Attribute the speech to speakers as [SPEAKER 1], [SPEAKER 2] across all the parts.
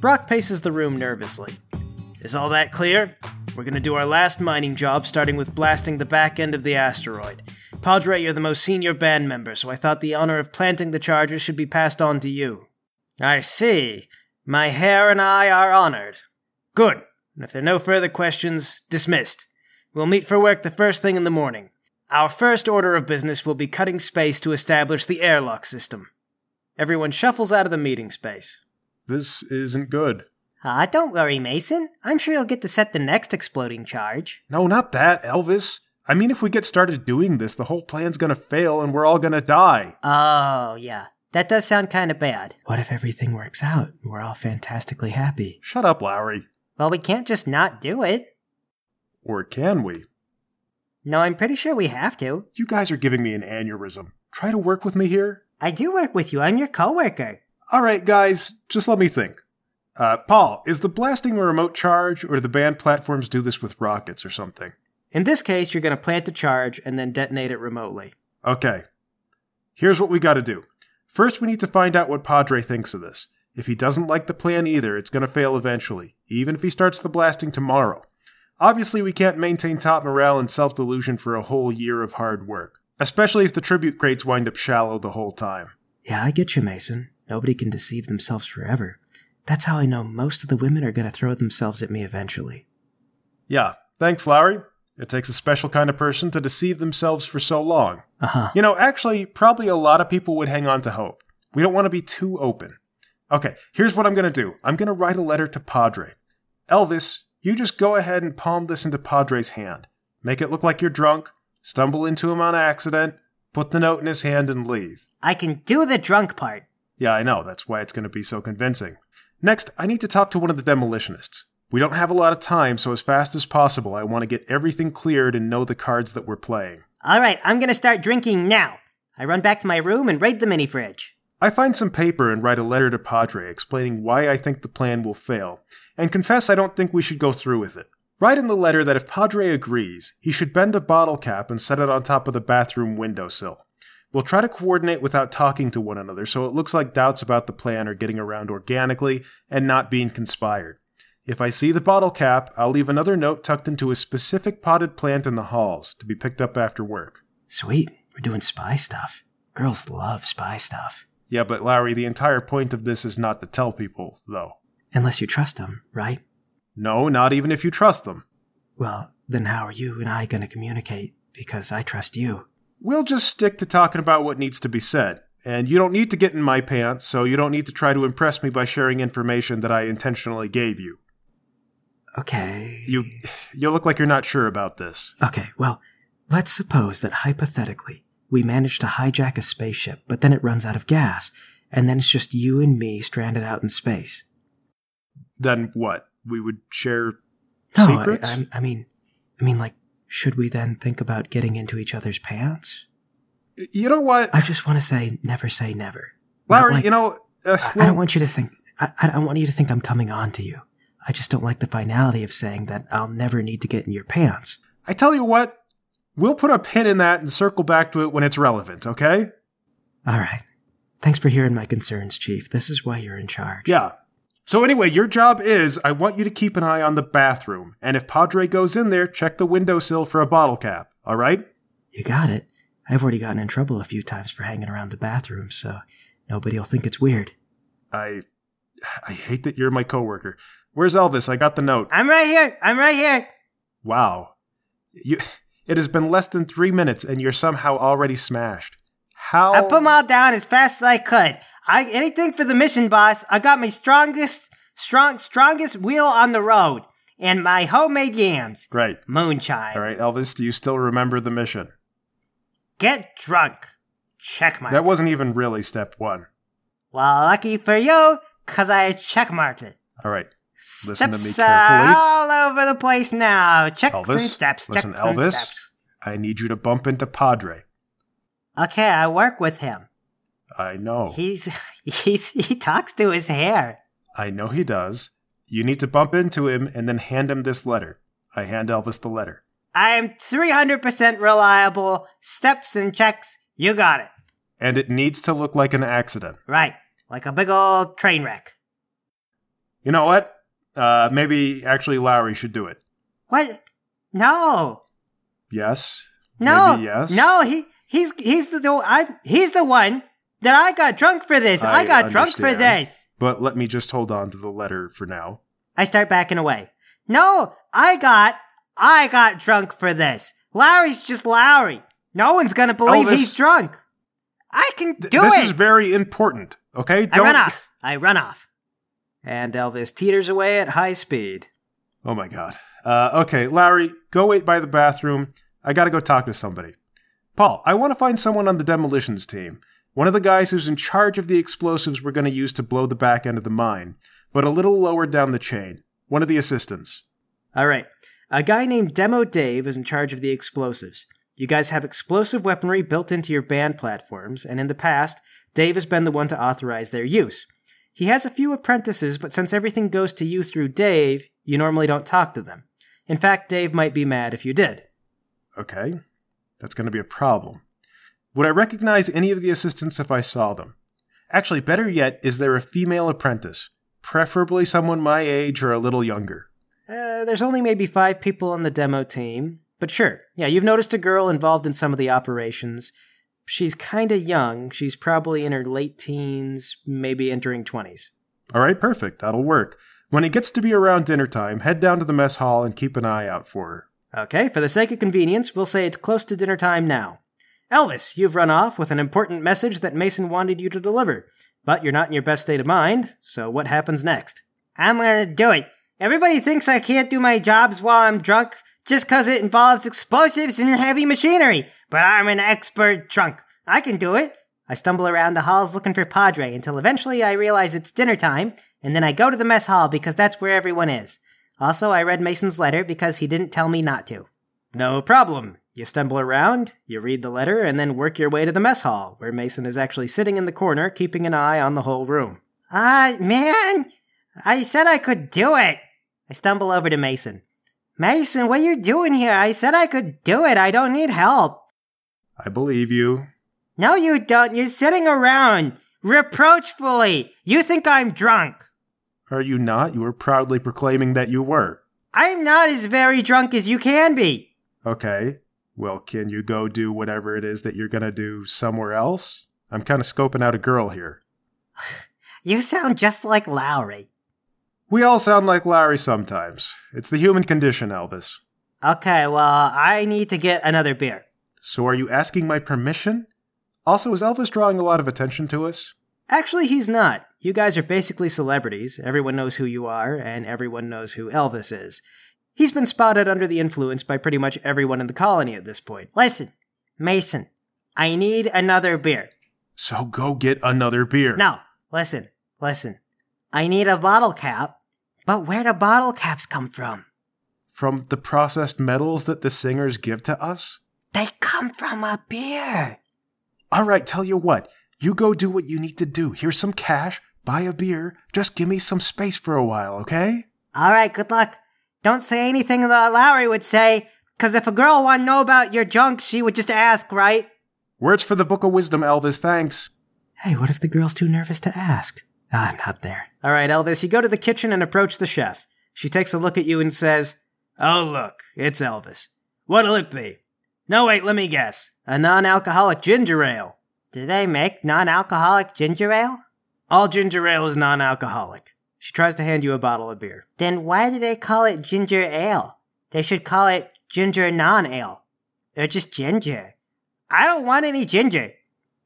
[SPEAKER 1] Brock paces the room nervously. Is all that clear? We're gonna do our last mining job, starting with blasting the back end of the asteroid. Padre, you're the most senior band member, so I thought the honor of planting the charges should be passed on to you. I see. My hair and I are honored. Good. And if there are no further questions, dismissed. We'll meet for work the first thing in the morning. Our first order of business will be cutting space to establish the airlock system. Everyone shuffles out of the meeting space.
[SPEAKER 2] This isn't good.
[SPEAKER 3] Ah, don't worry, Mason. I'm sure you'll get to set the next exploding charge.
[SPEAKER 2] No, not that, Elvis. I mean, if we get started doing this, the whole plan's gonna fail and we're all gonna die.
[SPEAKER 3] Oh, yeah. That does sound kind of bad.
[SPEAKER 1] What if everything works out and we're all fantastically happy?
[SPEAKER 2] Shut up, Lowry.
[SPEAKER 3] Well, we can't just not do it.
[SPEAKER 2] Or can we?
[SPEAKER 3] No, I'm pretty sure we have to.
[SPEAKER 2] You guys are giving me an aneurysm. Try to work with me here.
[SPEAKER 3] I do work with you. I'm your coworker.
[SPEAKER 2] All right, guys, just let me think. Uh, Paul, is the blasting a remote charge, or do the band platforms do this with rockets or something?
[SPEAKER 1] In this case, you're going to plant the charge and then detonate it remotely.
[SPEAKER 2] Okay. Here's what we gotta do. First, we need to find out what Padre thinks of this. If he doesn't like the plan either, it's gonna fail eventually, even if he starts the blasting tomorrow. Obviously, we can't maintain top morale and self delusion for a whole year of hard work, especially if the tribute crates wind up shallow the whole time.
[SPEAKER 1] Yeah, I get you, Mason. Nobody can deceive themselves forever. That's how I know most of the women are going to throw themselves at me eventually.
[SPEAKER 2] Yeah, thanks, Lowry. It takes a special kind of person to deceive themselves for so long.
[SPEAKER 1] Uh huh.
[SPEAKER 2] You know, actually, probably a lot of people would hang on to hope. We don't want to be too open. Okay, here's what I'm going to do I'm going to write a letter to Padre. Elvis, you just go ahead and palm this into Padre's hand. Make it look like you're drunk, stumble into him on accident, put the note in his hand, and leave.
[SPEAKER 3] I can do the drunk part.
[SPEAKER 2] Yeah, I know, that's why it's going to be so convincing. Next, I need to talk to one of the demolitionists. We don't have a lot of time, so as fast as possible, I want to get everything cleared and know the cards that we're playing.
[SPEAKER 3] All right, I'm gonna start drinking now. I run back to my room and raid the mini fridge.
[SPEAKER 2] I find some paper and write a letter to Padre explaining why I think the plan will fail, and confess I don't think we should go through with it. Write in the letter that if Padre agrees, he should bend a bottle cap and set it on top of the bathroom windowsill. We'll try to coordinate without talking to one another so it looks like doubts about the plan are getting around organically and not being conspired. If I see the bottle cap, I'll leave another note tucked into a specific potted plant in the halls to be picked up after work.
[SPEAKER 1] Sweet. We're doing spy stuff. Girls love spy stuff.
[SPEAKER 2] Yeah, but Lowry, the entire point of this is not to tell people, though.
[SPEAKER 1] Unless you trust them, right?
[SPEAKER 2] No, not even if you trust them.
[SPEAKER 1] Well, then how are you and I going to communicate? Because I trust you.
[SPEAKER 2] We'll just stick to talking about what needs to be said. And you don't need to get in my pants, so you don't need to try to impress me by sharing information that I intentionally gave you.
[SPEAKER 1] Okay.
[SPEAKER 2] You you look like you're not sure about this.
[SPEAKER 1] Okay, well, let's suppose that hypothetically we manage to hijack a spaceship, but then it runs out of gas, and then it's just you and me stranded out in space.
[SPEAKER 2] Then what? We would share
[SPEAKER 1] No, I-
[SPEAKER 2] secrets?
[SPEAKER 1] I, I mean, I mean, like, should we then think about getting into each other's pants?
[SPEAKER 2] you know what,
[SPEAKER 1] I just want to say, never say never. Not
[SPEAKER 2] Lowry?
[SPEAKER 1] like-
[SPEAKER 2] you know, uh,
[SPEAKER 1] I, I
[SPEAKER 2] well,
[SPEAKER 1] don't want you to think. I, I don't want you to think I'm coming on to you. I just don't like the finality of saying that I'll never need to get in your pants.
[SPEAKER 2] I tell you what, we'll put a pin in that and circle back to it when it's relevant. Okay?
[SPEAKER 1] All right. Thanks for hearing my concerns, Chief. This is why you're in charge.
[SPEAKER 2] Yeah. So anyway, your job is I want you to keep an eye on the bathroom, and if Padre goes in there, check the windowsill for a bottle cap. All right?
[SPEAKER 1] You got it. I've already gotten in trouble a few times for hanging around the bathroom, so nobody will think it's weird.
[SPEAKER 2] I I hate that you're my coworker. Where's Elvis? I got the note.
[SPEAKER 3] I'm right here. I'm right here.
[SPEAKER 2] Wow. You it has been less than three minutes and you're somehow already smashed. How
[SPEAKER 3] I put them all down as fast as I could. I anything for the mission, boss. I got my strongest, strong, strongest wheel on the road, and my homemade yams,
[SPEAKER 2] Great.
[SPEAKER 3] moonshine.
[SPEAKER 2] Alright, Elvis, do you still remember the mission?
[SPEAKER 3] Get drunk. Check mark.
[SPEAKER 2] That wasn't even really step one.
[SPEAKER 3] well, lucky for you, cause I check marked it.
[SPEAKER 2] Alright. Listen to
[SPEAKER 3] steps
[SPEAKER 2] me
[SPEAKER 3] are
[SPEAKER 2] carefully.
[SPEAKER 3] all over the place now. Checks and
[SPEAKER 2] Elvis,
[SPEAKER 3] steps.
[SPEAKER 2] listen,
[SPEAKER 3] checks and
[SPEAKER 2] Elvis.
[SPEAKER 3] steps.
[SPEAKER 2] I need you to bump into Padre.
[SPEAKER 3] Okay, I work with him.
[SPEAKER 2] I know.
[SPEAKER 3] He's he's he talks to his hair.
[SPEAKER 2] I know he does. You need to bump into him and then hand him this letter. I hand Elvis the letter.
[SPEAKER 3] I am 300% reliable. Steps and checks. You got it.
[SPEAKER 2] And it needs to look like an accident.
[SPEAKER 3] Right. Like a big old train wreck.
[SPEAKER 2] You know what? Uh, maybe actually Lowry should do it.
[SPEAKER 3] What? No.
[SPEAKER 2] Yes.
[SPEAKER 3] No.
[SPEAKER 2] Maybe yes.
[SPEAKER 3] No, he he's he's the, the I he's the one that I got drunk for this. I,
[SPEAKER 2] I
[SPEAKER 3] got drunk for
[SPEAKER 2] understand.
[SPEAKER 3] this.
[SPEAKER 2] But let me just hold on to the letter for now.
[SPEAKER 3] I start backing away. No, I got I got drunk for this. Lowry's just Lowry. No one's gonna believe
[SPEAKER 2] Elvis.
[SPEAKER 3] he's drunk. I can do
[SPEAKER 2] this
[SPEAKER 3] it.
[SPEAKER 2] is very important. Okay.
[SPEAKER 3] I run off. I run off.
[SPEAKER 1] And Elvis teeters away at high speed.
[SPEAKER 2] Oh my god. Uh, okay, Larry, go wait by the bathroom. I gotta go talk to somebody. Paul, I want to find someone on the demolitions team. One of the guys who's in charge of the explosives we're gonna use to blow the back end of the mine, but a little lower down the chain. One of the assistants.
[SPEAKER 1] All right. A guy named Demo Dave is in charge of the explosives. You guys have explosive weaponry built into your band platforms, and in the past, Dave has been the one to authorize their use. He has a few apprentices, but since everything goes to you through Dave, you normally don't talk to them. In fact, Dave might be mad if you did.
[SPEAKER 2] Okay, that's gonna be a problem. Would I recognize any of the assistants if I saw them? Actually, better yet, is there a female apprentice? Preferably someone my age or a little younger.
[SPEAKER 1] Uh, there's only maybe five people on the demo team, but sure. Yeah, you've noticed a girl involved in some of the operations. She's kinda young. She's probably in her late teens, maybe entering 20s.
[SPEAKER 2] All right, perfect. That'll work. When it gets to be around dinner time, head down to the mess hall and keep an eye out for her.
[SPEAKER 1] Okay, for the sake of convenience, we'll say it's close to dinner time now. Elvis, you've run off with an important message that Mason wanted you to deliver, but you're not in your best state of mind, so what happens next?
[SPEAKER 3] I'm gonna do it. Everybody thinks I can't do my jobs while I'm drunk just 'cause it involves explosives and heavy machinery, but I'm an expert drunk. I can do it. I stumble around the halls looking for Padre until eventually I realize it's dinner time, and then I go to the mess hall because that's where everyone is. Also, I read Mason's letter because he didn't tell me not to.
[SPEAKER 1] No problem. You stumble around, you read the letter, and then work your way to the mess hall, where Mason is actually sitting in the corner, keeping an eye on the whole room.
[SPEAKER 3] Ah, man! I said I could do it! I stumble over to Mason. Mason, what are you doing here? I said I could do it. I don't need help.
[SPEAKER 2] I believe you.
[SPEAKER 3] No, you don't. You're sitting around reproachfully. You think I'm drunk.
[SPEAKER 2] Are you not? You were proudly proclaiming that you were.
[SPEAKER 3] I'm not as very drunk as you can be.
[SPEAKER 2] Okay. Well, can you go do whatever it is that you're going to do somewhere else? I'm kind of scoping out a girl here.
[SPEAKER 3] You sound just like Lowry.
[SPEAKER 2] We all sound like Larry sometimes. It's the human condition, Elvis.
[SPEAKER 3] Okay, well, I need to get another beer.
[SPEAKER 2] So are you asking my permission? Also, is Elvis drawing a lot of attention to us?
[SPEAKER 1] Actually, he's not. You guys are basically celebrities. Everyone knows who you are, and everyone knows who Elvis is. He's been spotted under the influence by pretty much everyone in the colony at this point.
[SPEAKER 3] Listen, Mason, I need another beer.
[SPEAKER 2] So go get another beer.
[SPEAKER 3] No, listen, listen. I need a bottle cap, but where do bottle caps come from?
[SPEAKER 2] From the processed metals that the singers give to us?
[SPEAKER 3] They come from a beer.
[SPEAKER 2] All right, tell you what. You go do what you need to do. Here's some cash, buy a beer, just give me some space for a while, okay?
[SPEAKER 3] All right, good luck. Don't say anything that Lowry would say, because if a girl wanted to know about your junk, she would just ask, right?
[SPEAKER 2] Words for the Book of Wisdom, Elvis, thanks.
[SPEAKER 1] Hey, what if the girl's too nervous to ask? Ah, I'm not there. All right, Elvis, you go to the kitchen and approach the chef. She takes a look at you and says, Oh, look, it's Elvis. What'll it be? No, wait, let me guess. A non alcoholic ginger ale.
[SPEAKER 3] Do they make non alcoholic ginger ale?
[SPEAKER 1] All ginger ale is non alcoholic. She tries to hand you a bottle of beer.
[SPEAKER 3] Then why do they call it ginger ale? They should call it ginger non ale. Or just ginger. I don't want any ginger.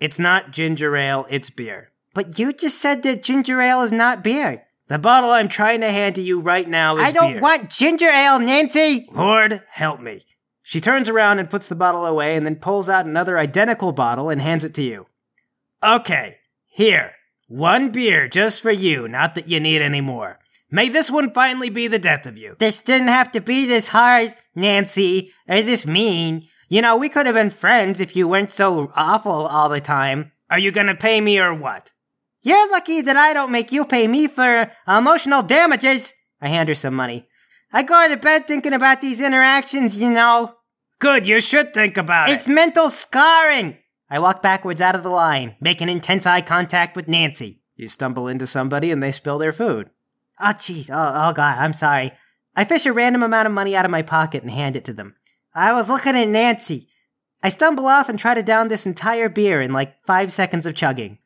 [SPEAKER 1] It's not ginger ale, it's beer.
[SPEAKER 3] But you just said that ginger ale is not beer.
[SPEAKER 1] The bottle I'm trying to hand to you right now is
[SPEAKER 3] I don't
[SPEAKER 1] beer.
[SPEAKER 3] want ginger ale, Nancy!
[SPEAKER 1] Lord, help me. She turns around and puts the bottle away and then pulls out another identical bottle and hands it to you. Okay, here. One beer just for you, not that you need any more. May this one finally be the death of you.
[SPEAKER 3] This didn't have to be this hard, Nancy, or this mean. You know, we could have been friends if you weren't so awful all the time.
[SPEAKER 1] Are you gonna pay me or what?
[SPEAKER 3] You're lucky that I don't make you pay me for emotional damages. I hand her some money. I go to bed thinking about these interactions, you know.
[SPEAKER 1] Good, you should think about
[SPEAKER 3] It's mental scarring. I walk backwards out of the line, making intense eye contact with Nancy.
[SPEAKER 1] You stumble into somebody and they spill their food.
[SPEAKER 4] Oh, jeez. Oh, oh, God. I'm sorry. I fish a random amount of money out of my pocket and hand it to them. I was looking at Nancy. I stumble off and try to down this entire beer in like five seconds of chugging.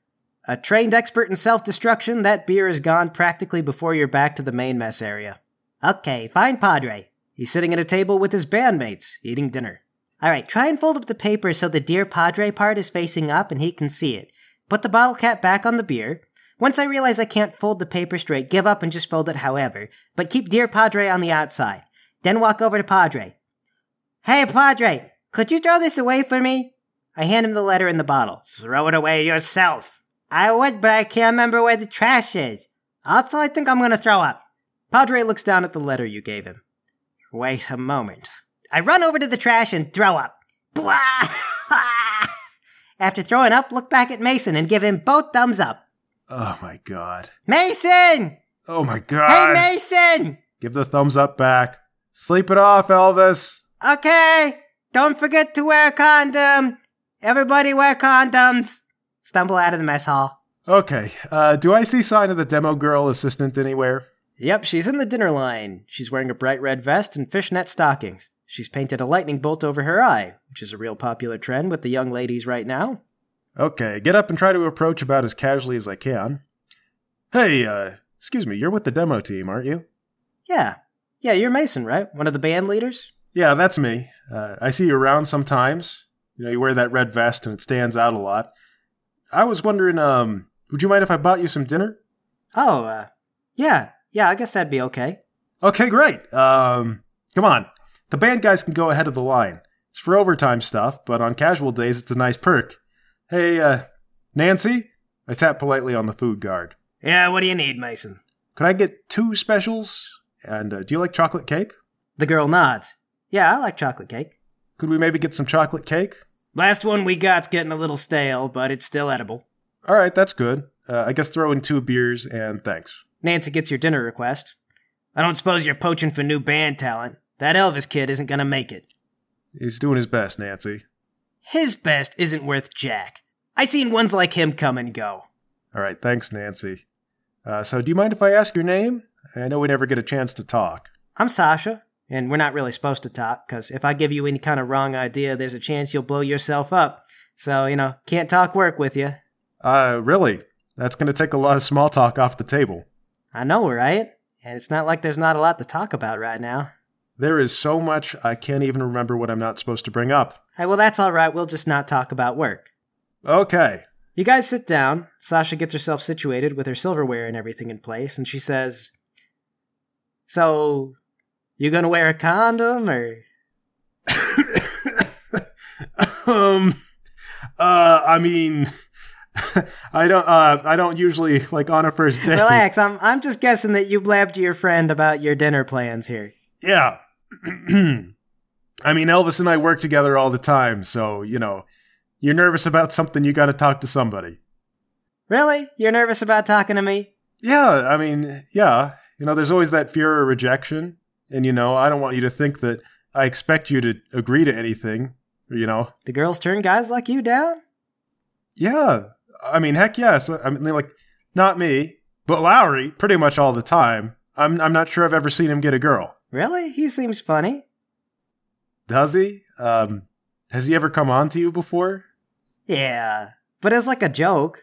[SPEAKER 3] A trained expert in self destruction, that beer is gone practically before you're back to the main mess area.
[SPEAKER 4] Okay, fine, Padre.
[SPEAKER 3] He's sitting at a table with his bandmates, eating dinner.
[SPEAKER 4] All right, try and fold up the paper so the Dear Padre part is facing up and he can see it. Put the bottle cap back on the beer. Once I realize I can't fold the paper straight, give up and just fold it however, but keep Dear Padre on the outside. Then walk over to Padre. Hey, Padre, could you throw this away for me? I hand him the letter and the bottle.
[SPEAKER 3] Throw it away yourself.
[SPEAKER 4] I would, but I can't remember where the trash is. Also, I think I'm gonna throw up.
[SPEAKER 3] Padre looks down at the letter you gave him. Wait a moment.
[SPEAKER 4] I run over to the trash and throw up. Blah! After throwing up, look back at Mason and give him both thumbs up.
[SPEAKER 2] Oh my god.
[SPEAKER 4] Mason!
[SPEAKER 2] Oh my god.
[SPEAKER 4] Hey, Mason!
[SPEAKER 2] Give the thumbs up back. Sleep it off, Elvis.
[SPEAKER 4] Okay, don't forget to wear a condom. Everybody wear condoms. Stumble out of the mess hall.
[SPEAKER 2] Okay, uh, do I see sign of the demo girl assistant anywhere?
[SPEAKER 3] Yep, she's in the dinner line. She's wearing a bright red vest and fishnet stockings. She's painted a lightning bolt over her eye, which is a real popular trend with the young ladies right now.
[SPEAKER 2] Okay, get up and try to approach about as casually as I can. Hey, uh, excuse me, you're with the demo team, aren't you?
[SPEAKER 3] Yeah. Yeah, you're Mason, right? One of the band leaders?
[SPEAKER 2] Yeah, that's me. Uh, I see you around sometimes. You know, you wear that red vest and it stands out a lot. I was wondering, um, would you mind if I bought you some dinner?
[SPEAKER 3] Oh, uh, yeah. Yeah, I guess that'd be okay.
[SPEAKER 2] Okay, great. Um, come on. The band guys can go ahead of the line. It's for overtime stuff, but on casual days, it's a nice perk. Hey, uh, Nancy? I tap politely on the food guard.
[SPEAKER 3] Yeah, what do you need, Mason?
[SPEAKER 2] Could I get two specials? And uh, do you like chocolate cake?
[SPEAKER 3] The girl nods. Yeah, I like chocolate cake.
[SPEAKER 2] Could we maybe get some chocolate cake?
[SPEAKER 3] Last one we got's getting a little stale, but it's still edible.
[SPEAKER 2] All right, that's good. Uh, I guess throw in two beers and thanks.
[SPEAKER 3] Nancy gets your dinner request. I don't suppose you're poaching for new band talent. That Elvis kid isn't gonna make it.
[SPEAKER 2] He's doing his best, Nancy.
[SPEAKER 3] His best isn't worth jack. I seen ones like him come and go.
[SPEAKER 2] All right, thanks, Nancy. Uh, so, do you mind if I ask your name? I know we never get a chance to talk.
[SPEAKER 3] I'm Sasha, and we're not really supposed to talk, because if I give you any kind of wrong idea, there's a chance you'll blow yourself up. So, you know, can't talk work with you.
[SPEAKER 2] Uh, really? That's going to take a lot of small talk off the table.
[SPEAKER 3] I know, right? And it's not like there's not a lot to talk about right now.
[SPEAKER 2] There is so much I can't even remember what I'm not supposed to bring up.
[SPEAKER 3] Hey, well, that's all right. We'll just not talk about work.
[SPEAKER 2] Okay.
[SPEAKER 3] You guys sit down. Sasha gets herself situated with her silverware and everything in place, and she says, So, you gonna wear a condom or.
[SPEAKER 2] um, uh, I mean. I don't. Uh, I don't usually like on a first date.
[SPEAKER 3] Relax. I'm. I'm just guessing that you blabbed to your friend about your dinner plans here.
[SPEAKER 2] Yeah. I mean, Elvis and I work together all the time, so you know, you're nervous about something, you got to talk to somebody.
[SPEAKER 3] Really? You're nervous about talking to me?
[SPEAKER 2] Yeah. I mean, yeah. You know, there's always that fear of rejection, and you know, I don't want you to think that I expect you to agree to anything. You know,
[SPEAKER 3] the girls turn guys like you down.
[SPEAKER 2] Yeah, I mean, heck yes. I mean, like, not me, but Lowry pretty much all the time. I'm, I'm not sure I've ever seen him get a girl.
[SPEAKER 3] Really? He seems funny.
[SPEAKER 2] Does he? Um, has he ever come on to you before?
[SPEAKER 3] Yeah, but as like a joke.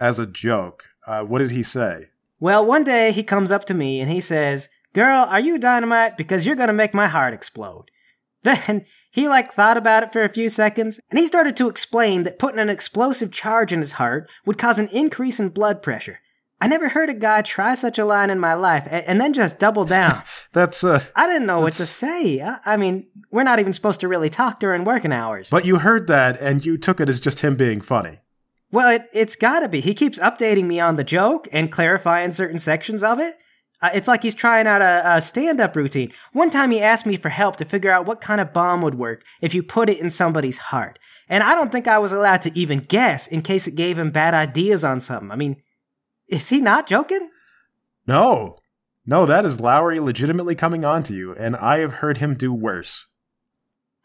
[SPEAKER 2] As a joke. Uh, what did he say?
[SPEAKER 3] Well, one day he comes up to me and he says, Girl, are you dynamite? Because you're going to make my heart explode. Then he like thought about it for a few seconds, and he started to explain that putting an explosive charge in his heart would cause an increase in blood pressure. I never heard a guy try such a line in my life, and, and then just double down.
[SPEAKER 2] that's uh.
[SPEAKER 3] I didn't know what to say. I, I mean, we're not even supposed to really talk during working hours.
[SPEAKER 2] But you heard that, and you took it as just him being funny.
[SPEAKER 3] Well, it, it's gotta be. He keeps updating me on the joke and clarifying certain sections of it. Uh, it's like he's trying out a, a stand up routine. One time he asked me for help to figure out what kind of bomb would work if you put it in somebody's heart. And I don't think I was allowed to even guess in case it gave him bad ideas on something. I mean, is he not joking?
[SPEAKER 2] No. No, that is Lowry legitimately coming on to you, and I have heard him do worse.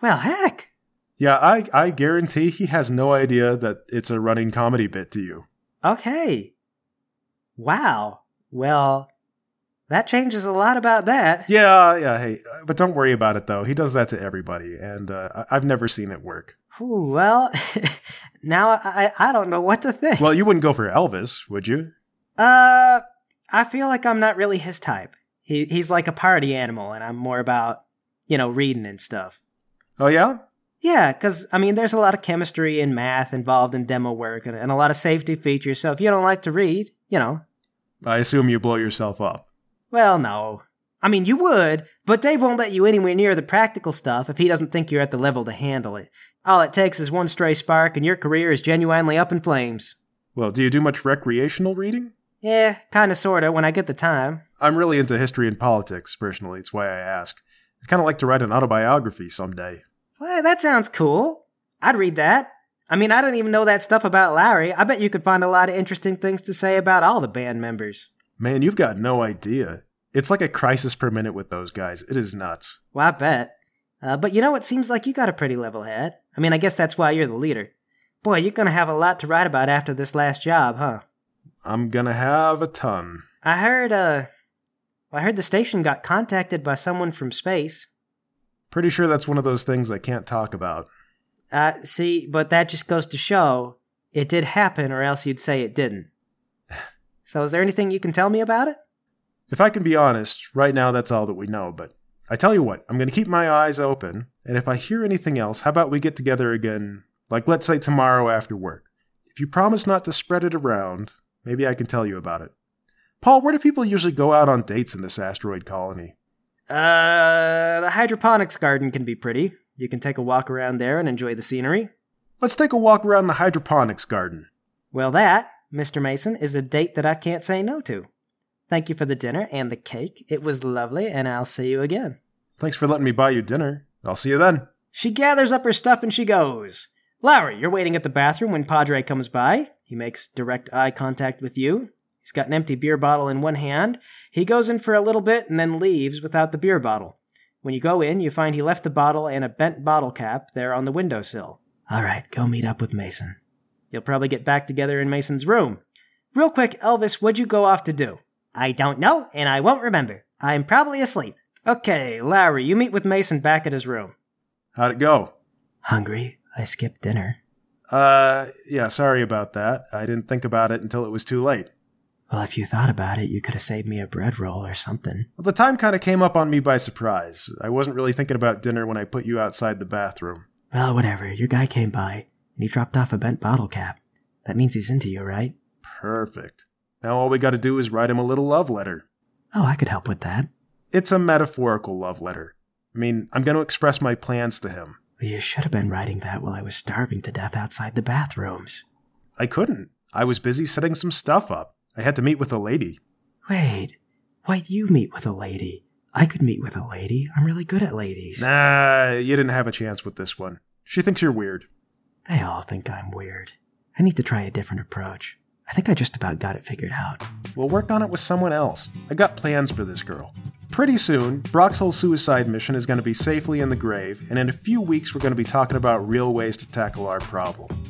[SPEAKER 3] Well, heck.
[SPEAKER 2] Yeah, I, I guarantee he has no idea that it's a running comedy bit to you.
[SPEAKER 3] Okay. Wow. Well, That changes a lot about that.
[SPEAKER 2] Yeah, yeah, hey, uh, but don't worry about it though. He does that to everybody, and uh, I- I've never seen it work.
[SPEAKER 3] Ooh, well, now I, I I don't know what to think.
[SPEAKER 2] Well, you wouldn't go for Elvis, would you?
[SPEAKER 3] Uh, I feel like I'm not really his type. He he's like a party animal, and I'm more about you know reading and stuff.
[SPEAKER 2] Oh yeah,
[SPEAKER 3] Yeah, because I mean, there's a lot of chemistry and math involved in demo work, and, and a lot of safety features. So if you don't like to read, you know,
[SPEAKER 2] I assume you blow yourself up.
[SPEAKER 3] well, no. I mean, you would, but Dave won't let you anywhere near the practical stuff if he doesn't think you're at the level to handle it. All it takes is one stray spark, and your career is genuinely up in flames.
[SPEAKER 2] Well, do you do much recreational reading?
[SPEAKER 3] Yeah, kinda sorta, when I get the time.
[SPEAKER 2] I'm really into history and politics personally. It's why I ask. I kind of like to write an autobiography someday.
[SPEAKER 3] Well, that sounds cool. I'd read that. I mean, I don't even know that stuff about Lowry. I bet you could find a lot of interesting things to say about all the band members.
[SPEAKER 2] Man, you've got no idea. It's like a crisis per minute with those guys. It is nuts.
[SPEAKER 3] Well, I bet. Uh, but you know, it seems like you got a pretty level head. I mean, I guess that's why you're the leader. Boy, you're gonna have a lot to write about after this last job, huh?
[SPEAKER 2] I'm gonna have a ton.
[SPEAKER 3] I heard, uh, I heard the station got contacted by someone from space.
[SPEAKER 2] Pretty sure that's one of those things I can't talk about.
[SPEAKER 3] Uh, see, but that just goes to show it did happen, or else you'd say it didn't. So, is there anything you can tell me about it?
[SPEAKER 2] If I can be honest, right now that's all that we know, but I tell you what, I'm gonna keep my eyes open, and if I hear anything else, how about we get together again, like let's say tomorrow after work? If you promise not to spread it around, maybe I can tell you about it. Paul, where do people usually go out on dates in this asteroid colony?
[SPEAKER 3] Uh, the hydroponics garden can be pretty. You can take a walk around there and enjoy the scenery.
[SPEAKER 2] Let's take a walk around the hydroponics garden.
[SPEAKER 3] Well, that, Mr. Mason, is a date that I can't say no to. Thank you for the dinner and the cake. It was lovely, and I'll see you again.
[SPEAKER 2] Thanks for letting me buy you dinner. I'll see you then.
[SPEAKER 3] She gathers up her stuff and she goes. Lowry, you're waiting at the bathroom when Padre comes by. He makes direct eye contact with you. He's got an empty beer bottle in one hand. He goes in for a little bit and then leaves without the beer bottle. When you go in, you find he left the bottle and a bent bottle cap there on the windowsill. All right, go meet up with Mason. You'll probably get back together in Mason's room. Real quick, Elvis, what'd you go off to do? I don't know, and I won't remember. I'm probably asleep. Okay, Lowry, you meet with Mason back at his room.
[SPEAKER 2] How'd it go?
[SPEAKER 3] Hungry? I skipped dinner.
[SPEAKER 2] Uh, yeah, sorry about that. I didn't think about it until it was too late.
[SPEAKER 3] Well, if you thought about it, you could have saved me a bread roll or something.
[SPEAKER 2] Well, the time kind of came up on me by surprise. I wasn't really thinking about dinner when I put you outside the bathroom.
[SPEAKER 3] Well, whatever. Your guy came by, and he dropped off a bent bottle cap. That means he's into you, right?
[SPEAKER 2] Perfect. Now all we gotta do is write him a little love letter.
[SPEAKER 3] Oh, I could help with that.
[SPEAKER 2] It's a metaphorical love letter. I mean, I'm gonna express my plans to him.
[SPEAKER 3] You should have been writing that while I was starving to death outside the bathrooms.
[SPEAKER 2] I couldn't. I was busy setting some stuff up. I had to meet with a lady.
[SPEAKER 3] Wait, why'd you meet with a lady? I could meet with a lady. I'm really good at ladies.
[SPEAKER 2] Nah, you didn't have a chance with this one. She thinks you're weird.
[SPEAKER 3] They all think I'm weird. I need to try a different approach. I think I just about got it figured out.
[SPEAKER 2] We'll work on it with someone else. I got plans for this girl. Pretty soon, Brock's whole suicide mission is going to be safely in the grave, and in a few weeks, we're going to be talking about real ways to tackle our problem.